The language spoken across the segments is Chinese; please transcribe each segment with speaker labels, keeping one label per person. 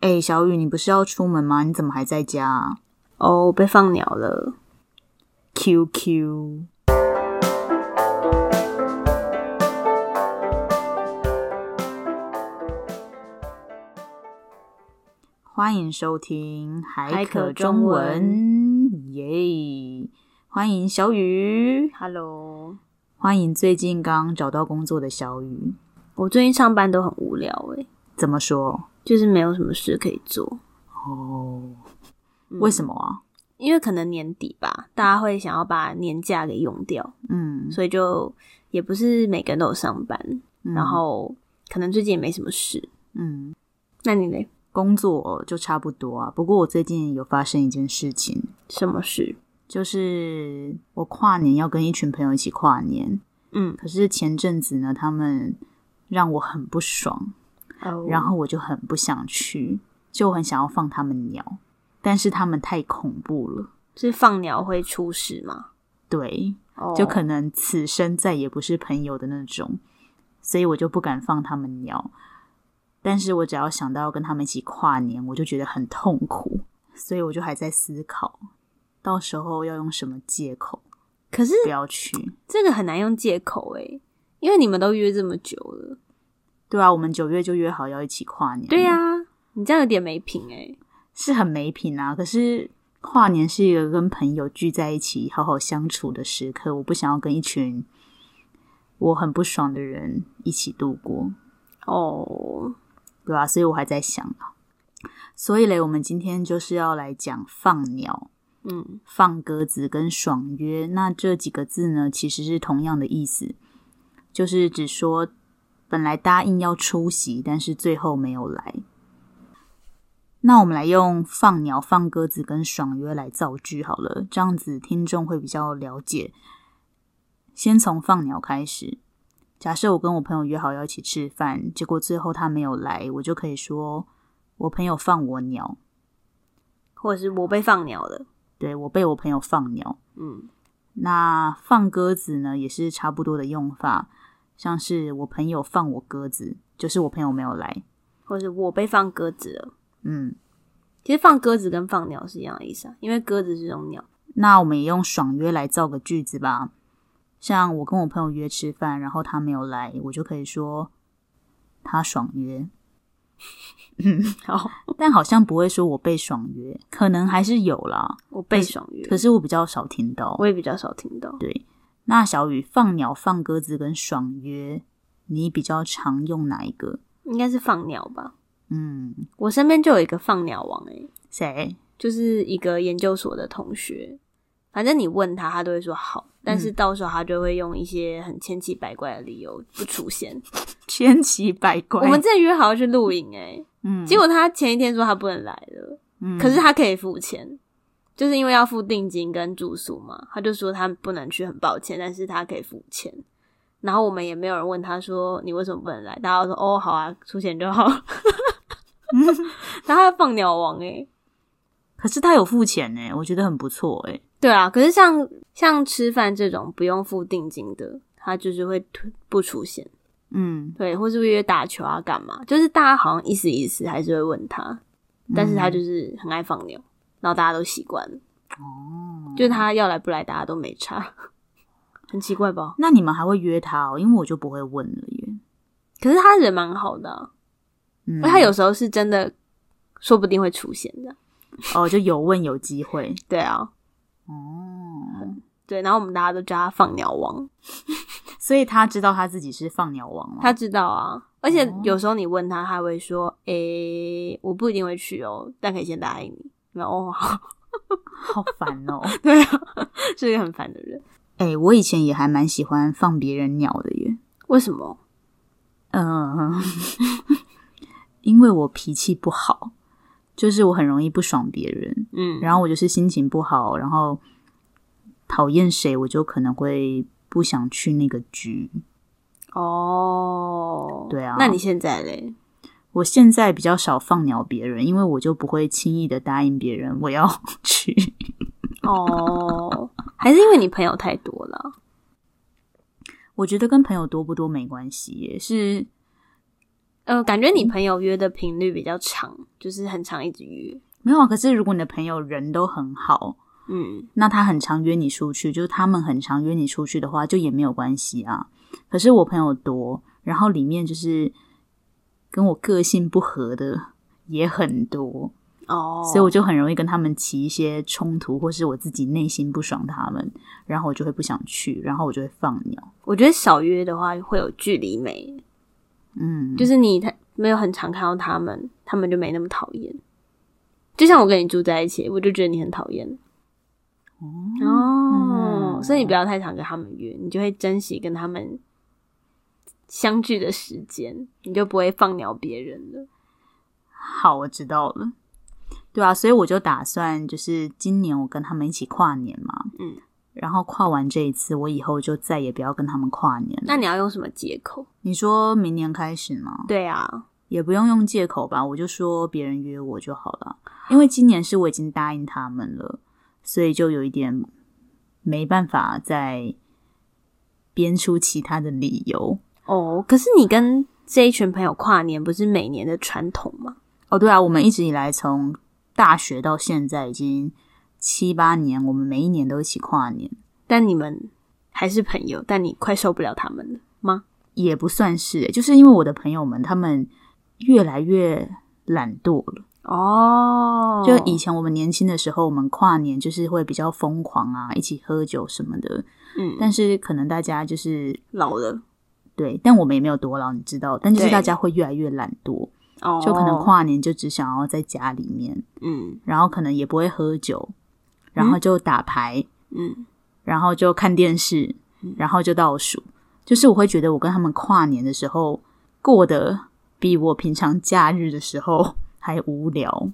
Speaker 1: 哎、小雨，你不是要出门吗？你怎么还在家、啊
Speaker 2: 哦，被放鸟了。
Speaker 1: ？QQ，欢迎收听海
Speaker 2: 海可
Speaker 1: 可
Speaker 2: 中
Speaker 1: 中文，耶、欢迎小雨，
Speaker 2: Hello，
Speaker 1: 欢迎最近刚找到工作的小雨。
Speaker 2: 我最近上班都很无聊诶、
Speaker 1: 怎么说？
Speaker 2: 就是没有什么事可以做。
Speaker 1: 哦，为什
Speaker 2: 么？
Speaker 1: 么啊？
Speaker 2: 因为可能年底吧，大家会想要把年假给用掉，
Speaker 1: 嗯，
Speaker 2: 所以就也不是每个人都有上班，
Speaker 1: 嗯
Speaker 2: 然后可能最近也没什么事。
Speaker 1: 嗯，
Speaker 2: 那你嘞？
Speaker 1: 工作就差不多啊。不过我最近有发生一件事情，
Speaker 2: 什么事？
Speaker 1: 就是我跨年要跟一群朋友一起跨年，
Speaker 2: 嗯，
Speaker 1: 可是前阵子呢，他们让我很不爽，
Speaker 2: 哦
Speaker 1: 然后我就很不想去，就很想要放他们鸟，但是他们太恐怖了。
Speaker 2: 是放鸟会出事吗？
Speaker 1: 对，
Speaker 2: 哦
Speaker 1: 就可能此生再也不是朋友的那种，所以我就不敢放他们鸟。但是我只要想到要跟他们一起跨年，我就觉得很痛苦，所以我就还在思考，到时候要用什么借口
Speaker 2: 可是
Speaker 1: 不要去。
Speaker 2: 这个很难用借口诶、因为你们都约这么久了。
Speaker 1: 对啊，我们九月就约好要一起跨年，
Speaker 2: 对、呀、嗯你这样有点没品欸诶、
Speaker 1: 是很没品啊。可是跨年是一个跟朋友聚在一起好好相处的时刻，我不想要跟一群我很不爽的人一起度过。
Speaker 2: 哦，
Speaker 1: 对啊，所以我还在想啊。所以嘞，我们今天就是要来讲放鸟、
Speaker 2: 嗯，
Speaker 1: 放鸽子跟爽约。那这几个字呢，其实是同样的意思，就是只说本来答应要出席，但是最后没有来。那我们来用放鸟、放鸽子跟爽约来造句好了，这样子听众会比较了解。先从放鸟开始，假设我跟我朋友约好要一起吃饭，结果最后他没有来，我就可以说我朋友放我鸟，
Speaker 2: 或者是我被放鸟了，
Speaker 1: 对我被我朋友放鸟。
Speaker 2: 嗯，
Speaker 1: 那放鸽子呢，也是差不多的用法，像是我朋友放我鸽子，就是我朋友没有来。
Speaker 2: 或者是我被放鸽子了。
Speaker 1: 嗯，
Speaker 2: 其实放鸽子跟放鸟是一样的意思啊，因为鸽子是种鸟。
Speaker 1: 那我们也用爽约来造个句子吧。像我跟我朋友约吃饭，然后他没有来，我就可以说他爽约，
Speaker 2: 好，
Speaker 1: 但好像不会说我被爽约，可能还是有啦，
Speaker 2: 我被爽约，
Speaker 1: 可是我比较少听到。
Speaker 2: 我也比较少听到。
Speaker 1: 对，那小雨放鸟、放鸽子跟爽约，你比较常用哪一个？
Speaker 2: 应该是放鸟吧？
Speaker 1: 嗯，
Speaker 2: 我身边就有一个放鸟王诶、
Speaker 1: 谁？
Speaker 2: 就是一个研究所的同学，反正你问他，他都会说好，但
Speaker 1: 嗯
Speaker 2: 是到时候他就会用一些很千奇百怪的理由不 出现。
Speaker 1: 千奇百怪。
Speaker 2: 我们之前约好要去露营诶、
Speaker 1: 嗯，
Speaker 2: 结果他前一天说他不能来了，
Speaker 1: 嗯
Speaker 2: 可是他可以付钱，就是因为要付定金跟住宿嘛，他就说他不能去，很抱歉，但是他可以付钱。然后我们也没有人问他说你为什么不能来，大家都说哦好啊，出钱就好。 然后他放鸟王欸诶、
Speaker 1: 可是他有付钱呢，我觉得很不错哎。
Speaker 2: 对啊，可是像像吃饭这种不用付定金的，他就是会推不出现，
Speaker 1: 嗯，
Speaker 2: 对，或是约打球啊干嘛，就是大家好像意思意思还是会问他，但是他就是很爱放鸟，然后大家都习惯了，
Speaker 1: 哦，
Speaker 2: 就是他要来不来大家都没差， 很奇怪吧？
Speaker 1: 那你们还会约他哦？因为我就不会问了耶。
Speaker 2: 可是他人蛮好的啊、
Speaker 1: 嗯
Speaker 2: 因为他有时候是真的，说不定会出现的，
Speaker 1: 哦，就有问有机会
Speaker 2: 对啊，
Speaker 1: 哦，
Speaker 2: 对，然后我们大家都叫他放鸟王，
Speaker 1: 所以他知道他自己是放鸟王吗？
Speaker 2: 他知道啊，而且
Speaker 1: 哦
Speaker 2: 有时候你问他，他会说：“诶、我不一定会去哦，但可以先答应你。”然后哦， 好，
Speaker 1: 好烦哦。
Speaker 2: 对啊，是一个很烦的人。
Speaker 1: 哎、我以前也还蛮喜欢放别人鸟的耶。
Speaker 2: 为什么？
Speaker 1: 嗯， 因为我脾气不好，就是我很容易不爽别人，
Speaker 2: 嗯，
Speaker 1: 然后我就是心情不好，然后讨厌谁，我就可能会不想去那个局。
Speaker 2: 哦，
Speaker 1: 对啊
Speaker 2: 那你现在嘞？
Speaker 1: 我现在比较少放鸟别人，因为我就不会轻易的答应别人我要 去。
Speaker 2: 哦，还是因为你朋友太多了？啊
Speaker 1: 我觉得跟朋友多不多没关系耶，是
Speaker 2: 嗯，感觉你朋友约的频率比较长，就是很长一直约。
Speaker 1: 没有啊，可是如果你的朋友人都很好，
Speaker 2: 嗯，
Speaker 1: 那他很常约你出去，就是他们很常约你出去的话，就也没有关系啊。可是我朋友多，然后里面就是跟我个性不合的也很多，
Speaker 2: 哦，
Speaker 1: 所以我就很容易跟他们起一些冲突，或是我自己内心不爽他们，然后我就会不想去，然后我就会放鸟。
Speaker 2: 我觉得少约的话会有距离美，
Speaker 1: 嗯，
Speaker 2: 就是你他没有很常看到他们，他们就没那么讨厌。就像我跟你住在一起，我就觉得你很讨厌。哦，所以你不要太常跟他们约，你就会珍惜跟他们相聚的时间，你就不会放鸟别人了。
Speaker 1: 好，我知道了。对啊，所以我就打算就是今年我跟他们一起跨年嘛，
Speaker 2: 嗯，
Speaker 1: 然后跨完这一次，我以后就再也不要跟他们跨年了。
Speaker 2: 那你要用什么借口？
Speaker 1: 你说明年开始吗？
Speaker 2: 对啊，
Speaker 1: 也不用用借口吧，我就说别人约我就好了。因为今年是我已经答应他们了，所以就有一点没办法再编出其他的理由。
Speaker 2: 哦，可是你跟这一群朋友跨年不是每年的传统吗？
Speaker 1: 哦，对啊，我们一直以来从大学到现在已经七八年，我们每一年都一起跨年，
Speaker 2: 但你们还是朋友，但你快受不了他们了吗？
Speaker 1: 也不算是，欸就是因为我的朋友们他们越来越懒惰了。
Speaker 2: 哦
Speaker 1: 就以前我们年轻的时候，我们跨年就是会比较疯狂啊，一起喝酒什么的。
Speaker 2: 嗯，
Speaker 1: 但是可能大家就是
Speaker 2: 老了
Speaker 1: 对，但我们也没有多老，你知道，但就是
Speaker 2: 对
Speaker 1: 大家会越来越懒惰，
Speaker 2: 哦，
Speaker 1: 就可能跨年就只想要在家里面，
Speaker 2: 嗯
Speaker 1: 然后可能也不会喝酒，然后就打牌，
Speaker 2: 嗯
Speaker 1: 然后就看电视，然后就倒数。就是我会觉得我跟他们跨年的时候过得比我平常假日的时候 还无聊。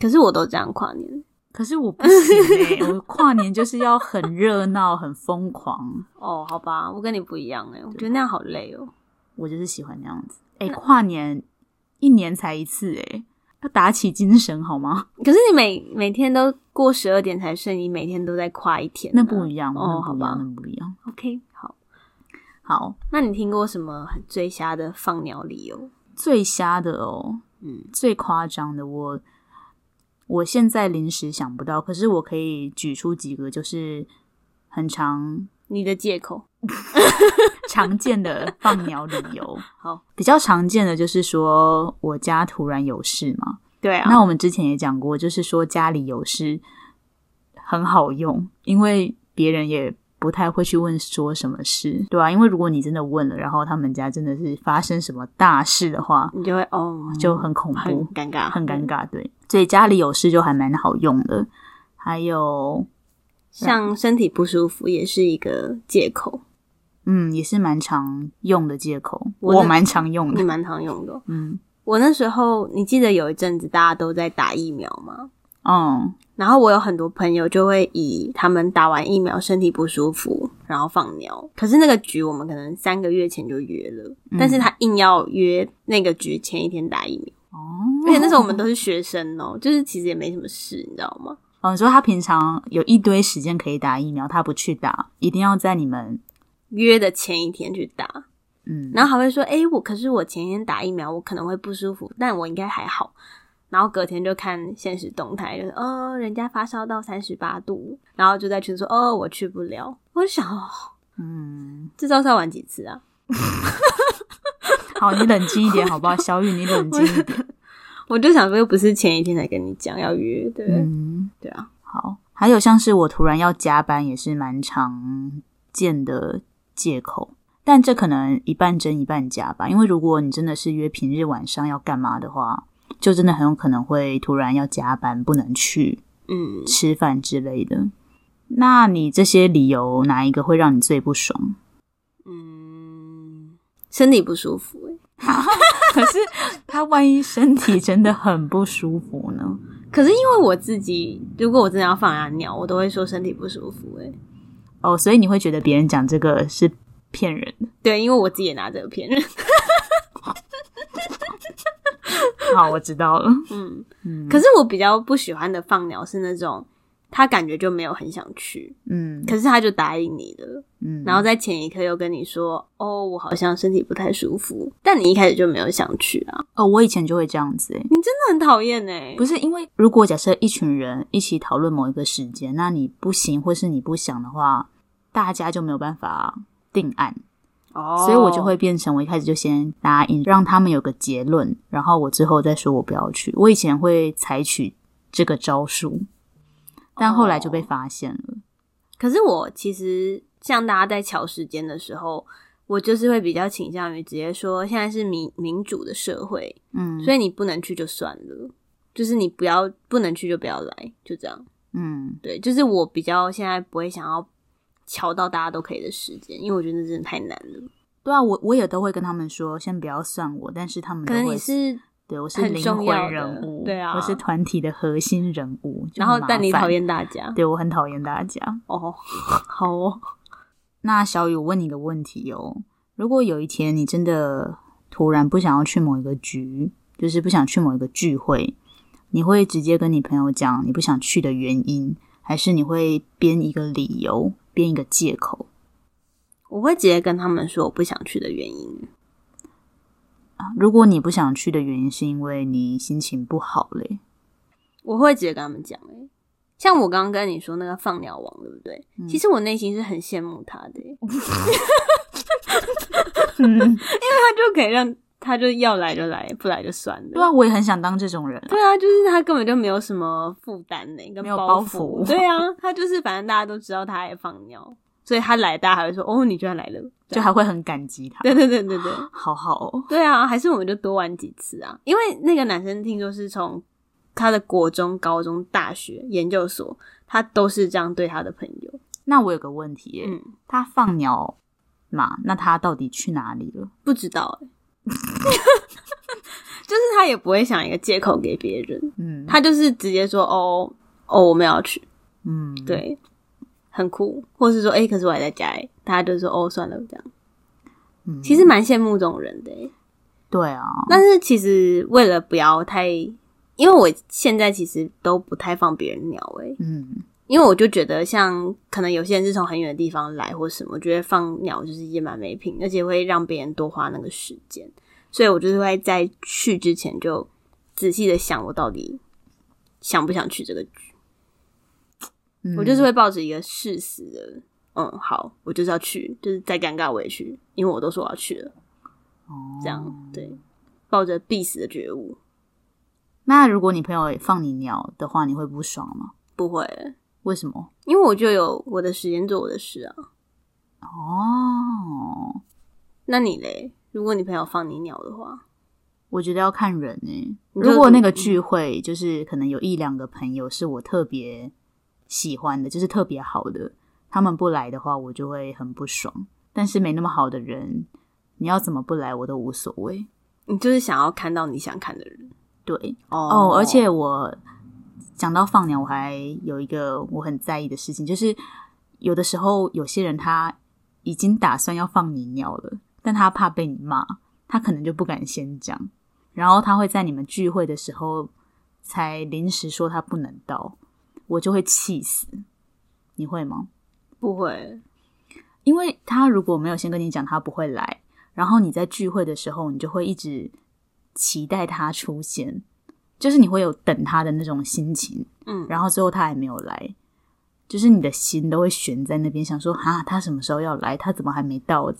Speaker 2: 可是我都这样跨年
Speaker 1: 可是我不行、欸， 我跨年就是要很热闹、很疯狂，
Speaker 2: 哦，好吧，我跟你不一样哎、我觉得那样好累哦。
Speaker 1: 我就是喜欢那样子。哎、跨年一年才一次、哎，要打起精神好吗？
Speaker 2: 可是你每每天都过十二点才睡，你每天都在跨一天啊、
Speaker 1: 那不一样，
Speaker 2: 哦
Speaker 1: 那
Speaker 2: 好
Speaker 1: 不一
Speaker 2: 吧
Speaker 1: 样，那不一样。
Speaker 2: OK，好，
Speaker 1: 好，
Speaker 2: 那你听过什么很最瞎的放鸟理由？
Speaker 1: 最瞎的哦，
Speaker 2: 嗯，
Speaker 1: 最夸张的，我我现在临时想不到，可是我可以举出几个，就是很常
Speaker 2: 你的借口
Speaker 1: 常见 的放鸟理由。
Speaker 2: 好，
Speaker 1: 比较常见的就是说我家突然有事嘛，
Speaker 2: 对啊，
Speaker 1: 那我们之前也讲过，就是说家里有事很好用，因为别人也不太会去问说什么事，对吧、啊因为如果你真的问了，然后他们家真的是发生什么大事的话，
Speaker 2: 你就会哦，
Speaker 1: 就很恐
Speaker 2: 很
Speaker 1: 怖，
Speaker 2: 尴尬，嗯
Speaker 1: 很尴。尬。对，所以家里有事就还蛮好用的。还有，
Speaker 2: 像身体不舒服也是一个借口，
Speaker 1: 嗯，也是蛮常用的借口，
Speaker 2: 我的
Speaker 1: 我蛮常用
Speaker 2: 你
Speaker 1: 的。
Speaker 2: 蛮常用的哦。
Speaker 1: 嗯，
Speaker 2: 我那时候，你记得有一阵子大家都在打疫苗吗？
Speaker 1: 哦，
Speaker 2: 然后我有很多朋友就会以他们打完疫苗身体不舒服，然后放鸟。可是那个局我们可能三个月前就约了，
Speaker 1: 嗯
Speaker 2: 但是他硬要约那个局前一天打疫苗，
Speaker 1: 哦，
Speaker 2: 而且那时候我们都是学生哦，就是其实也没什么事，你知道吗？
Speaker 1: 哦，你说他平常有一堆时间可以打疫苗，他不去打，一定要在你们
Speaker 2: 约的前一天去打，
Speaker 1: 嗯，
Speaker 2: 然后还会说：“诶，我可是我前一天打疫苗，我可能会不舒服，但我应该还好。”然后隔天就看现实动态，就是哦，人家发烧到三十八度，然后就在群说：“哦，我去不了。”我就想，哦、
Speaker 1: 嗯，
Speaker 2: 这招是要玩几次啊？
Speaker 1: 好，你冷静一点好不好？小雨，你冷静一点。
Speaker 2: 我就想说，又不是前一天才跟你讲要约，对不对？
Speaker 1: 嗯，
Speaker 2: 对啊，
Speaker 1: 好。还有像是我突然要加班，也是蛮常见的借口，但这可能一半真一半假吧。因为如果你真的是约平日晚上要干嘛的话，就真的很有可能会突然要加班，不能去
Speaker 2: 嗯，
Speaker 1: 吃饭之类的。那你这些理由哪一个会让你最不爽？
Speaker 2: 嗯，身体不舒服、欸，
Speaker 1: 可是他万一身体真的很不舒服呢？
Speaker 2: 可是因为我自己，如果我真的要放下鸟，我都会说身体不舒服、欸，
Speaker 1: 哦，所以你会觉得别人讲这个是骗人的。
Speaker 2: 对，因为我自己也拿这个骗人，
Speaker 1: 好，我知道了。
Speaker 2: 嗯，
Speaker 1: 嗯，
Speaker 2: 可是我比较不喜欢的放鸟是那种。他感觉就没有很想去，
Speaker 1: 嗯
Speaker 2: 可是他就答应你了，
Speaker 1: 嗯，
Speaker 2: 然后在前一刻又跟你说，哦，我好像身体不太舒服，但你一开始就没有想去啊，
Speaker 1: 哦，我以前就会这样子、欸，
Speaker 2: 你真的很讨厌哎，
Speaker 1: 不是因为如果假设一群人一起讨论某一个时间，那你不行或是你不想的话，大家就没有办法定案，
Speaker 2: 哦，
Speaker 1: 所以我就会变成我一开始就先答应，让他们有个结论，然后我之后再说我不要去。我以前会采取这个招数，但后来就被
Speaker 2: 哦
Speaker 1: 发现了。
Speaker 2: 可是我其实像大家在瞧时间的时候，我就是会比较倾向于直接说，现在是民民主的社会，
Speaker 1: 嗯，
Speaker 2: 所
Speaker 1: 以
Speaker 2: 以你不能去就算了，就是你不要不能去就不要来，就这样。
Speaker 1: 嗯
Speaker 2: 对，就是我比较现在不会想要瞧到大家都可以的时间，因为我觉得那真的太难了。
Speaker 1: 对啊，我我也都会跟他们说，先不要算我，但是他们
Speaker 2: 可
Speaker 1: 都
Speaker 2: 能
Speaker 1: 会
Speaker 2: 你是，
Speaker 1: 对我是
Speaker 2: 很
Speaker 1: 灵
Speaker 2: 重要
Speaker 1: 魂人
Speaker 2: 的
Speaker 1: 物，
Speaker 2: 对啊
Speaker 1: 我是团体的核心人物，就
Speaker 2: 然后
Speaker 1: 很麻
Speaker 2: 但你
Speaker 1: 烦
Speaker 2: 讨，厌大家
Speaker 1: 对我很讨厌大家。
Speaker 2: 哦， 好哦，
Speaker 1: 那小雨，我问你个问题哦，如果有一天你真的突然不想要去某一个局，就是不想去某一个聚会，你会直接跟你朋友讲你不想去的原因，还是你会编一个理由，编一个借口
Speaker 2: 我会直接跟他们说我不想去的原因。
Speaker 1: 啊？如果你不想去的原因是因为你心情不好嘞，
Speaker 2: 我会直接跟他们讲、欸。像我刚刚跟你说那个放鸟王，对不对？
Speaker 1: 嗯
Speaker 2: 其实我内心是很羡慕他的欸、因为
Speaker 1: 嗯，
Speaker 2: 他就可以让他就要来就来，不来就算了。
Speaker 1: 对啊，我也很想当这种人啊。
Speaker 2: 对啊，就是他根本就没有什么负担呢，跟
Speaker 1: 没有
Speaker 2: 包
Speaker 1: 包袱
Speaker 2: 对啊，他就是反正大家都知道他爱放尿，所以他来大家还会说哦，你居然来了，
Speaker 1: 就
Speaker 2: 这样
Speaker 1: 还会很感激他，
Speaker 2: 对对对对对
Speaker 1: 好好哦，
Speaker 2: 对啊，还是我们就多玩几次啊，因为那个男生听说是从他的国中、高中、大学、研究所，他都是这样对他的朋友。
Speaker 1: 那我有个问题耶，
Speaker 2: 嗯，
Speaker 1: 他放鸟嘛，那他到底去哪里了？
Speaker 2: 不知道哎、 就是他也不会想一个借口给别人，
Speaker 1: 嗯，
Speaker 2: 他就是直接说哦哦我们要去，
Speaker 1: 嗯，
Speaker 2: 对，很酷，或是说哎、欸可是我还在家哎、大家就说哦算了这样，
Speaker 1: 嗯，
Speaker 2: 其实蛮羡慕这种人的、欸，
Speaker 1: 对啊，
Speaker 2: 但是其实为了不要太，因为我现在其实都不太放别人鸟哎、
Speaker 1: 嗯
Speaker 2: 因为我就觉得像可能有些人是从很远的地方来或什么，我觉得放鸟就是一件蛮没品，而且会让别人多花那个时间，所以我就是会在去之前就仔细的想我到底想不想去这个局，
Speaker 1: 嗯，
Speaker 2: 我就是会抱着一个誓死的。嗯，好，我就是要去，就是再尴尬我也去，因为我都说我要去了，
Speaker 1: 哦
Speaker 2: 这样、对，抱着必死的觉悟，
Speaker 1: 那如果你朋友放你鸟的话，你会不爽吗？
Speaker 2: 不会，
Speaker 1: 为什么？
Speaker 2: 因为我就有我的时间做我的事啊。
Speaker 1: 哦，
Speaker 2: 那你嘞？如果你朋友放你鸟的话，
Speaker 1: 我觉得要看人诶、
Speaker 2: 你就
Speaker 1: 如果那个聚会就是可能有一两个朋友是我特别喜欢的，就是特别好的，他们不来的话，我就会很不爽。但是没那么好的人，你要怎么不来我都无所谓。
Speaker 2: 你就是想要看到你想看的人
Speaker 1: 对，
Speaker 2: 哦
Speaker 1: 哦，而且我讲到放鸟，我还有一个我很在意的事情，就是有的时候有些人他已经打算要放你鸟了，但他怕被你骂，他可能就不敢先讲，然后他会在你们聚会的时候才临时说他不能到，我就会气死。你会吗？
Speaker 2: 不会，
Speaker 1: 因为他如果没有先跟你讲他不会来，然后你在聚会的时候，你就会一直期待他出现，就是你会有等他的那种心情，
Speaker 2: 嗯，
Speaker 1: 然后最后他还没有来，就是你的心都会悬在那边，想说啊，他什么时候要来？他怎么还没到？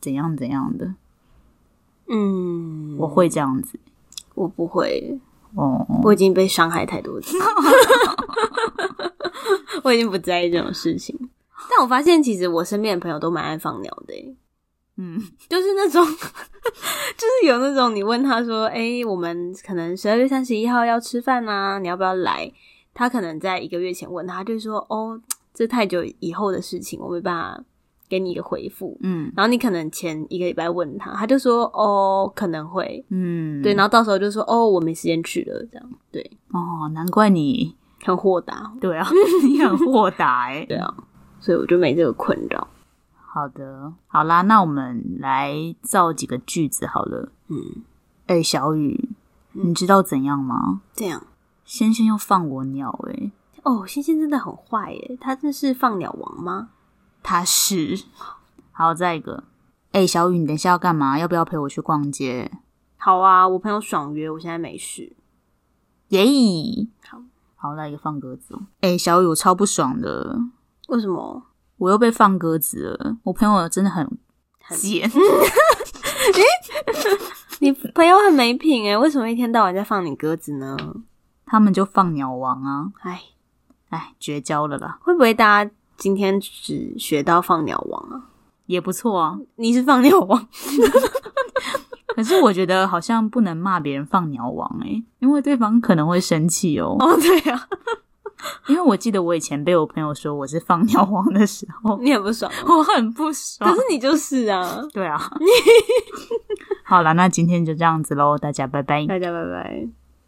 Speaker 1: 怎样怎样的？
Speaker 2: 嗯，
Speaker 1: 我会这样子
Speaker 2: 我不会，
Speaker 1: 哦，
Speaker 2: 我已经被伤害太多次， 我已经不在意这种事情。但我发现，其实我身边的朋友都蛮爱放鸟的、欸，
Speaker 1: 嗯
Speaker 2: 就是那种， 就是有那种你问他说：“哎、我们可能十二月三十一号要吃饭啊，你要不要来？”他可能在一个月前问他，他就说：“哦，这太久以后的事情，我没办法给你一个回复。
Speaker 1: 嗯”
Speaker 2: 然后你可能前一个礼拜问他，他就说：“哦，可能会。”
Speaker 1: 嗯，
Speaker 2: 对，然后到时候就说：“哦，我没时间去了。”这样，对，
Speaker 1: 哦，难怪你
Speaker 2: 很豁达，
Speaker 1: 对啊， 你很豁达哎、
Speaker 2: 对啊，所以我就没这个困扰。
Speaker 1: 好的，好啦，那我们来造几个句子好了。
Speaker 2: 嗯，
Speaker 1: 哎、小雨，
Speaker 2: 嗯
Speaker 1: 你知道怎样吗？
Speaker 2: 这样
Speaker 1: 先生要放我鸟、欸，
Speaker 2: 哦，星星真的很坏耶，他这是放鸟王吗？
Speaker 1: 他是。好，再一个，哎、小雨，你等一下要干嘛？要不要陪我去逛街？
Speaker 2: 好啊，我朋友爽约，我现在没事。
Speaker 1: 耶、
Speaker 2: 好，
Speaker 1: 好，再一个放鸽子、哦。哎、小雨，我超不爽的，
Speaker 2: 为什么？
Speaker 1: 我又被放鸽子了。我朋友真的很
Speaker 2: 很
Speaker 1: 贱，
Speaker 2: 你朋友很没品哎，为什么一天到晚在放你鸽子呢？
Speaker 1: 他们就放鸟王啊，
Speaker 2: 哎，
Speaker 1: 哎，绝交了啦，
Speaker 2: 会不会大家今天只学到放鸟王啊？
Speaker 1: 也不错啊。
Speaker 2: 你是放鸟王，
Speaker 1: 可是我觉得好像不能骂别人放鸟王哎、因为对方可能会生气哦。
Speaker 2: 哦，对啊，
Speaker 1: 因为我记得我以前被我朋友说我是放鸟王的时候，
Speaker 2: 你很不爽 哦、
Speaker 1: 我很不爽。
Speaker 2: 可是你就是啊，
Speaker 1: 对啊，好了，那今天就这样子喽，大家拜拜。
Speaker 2: 大家拜拜。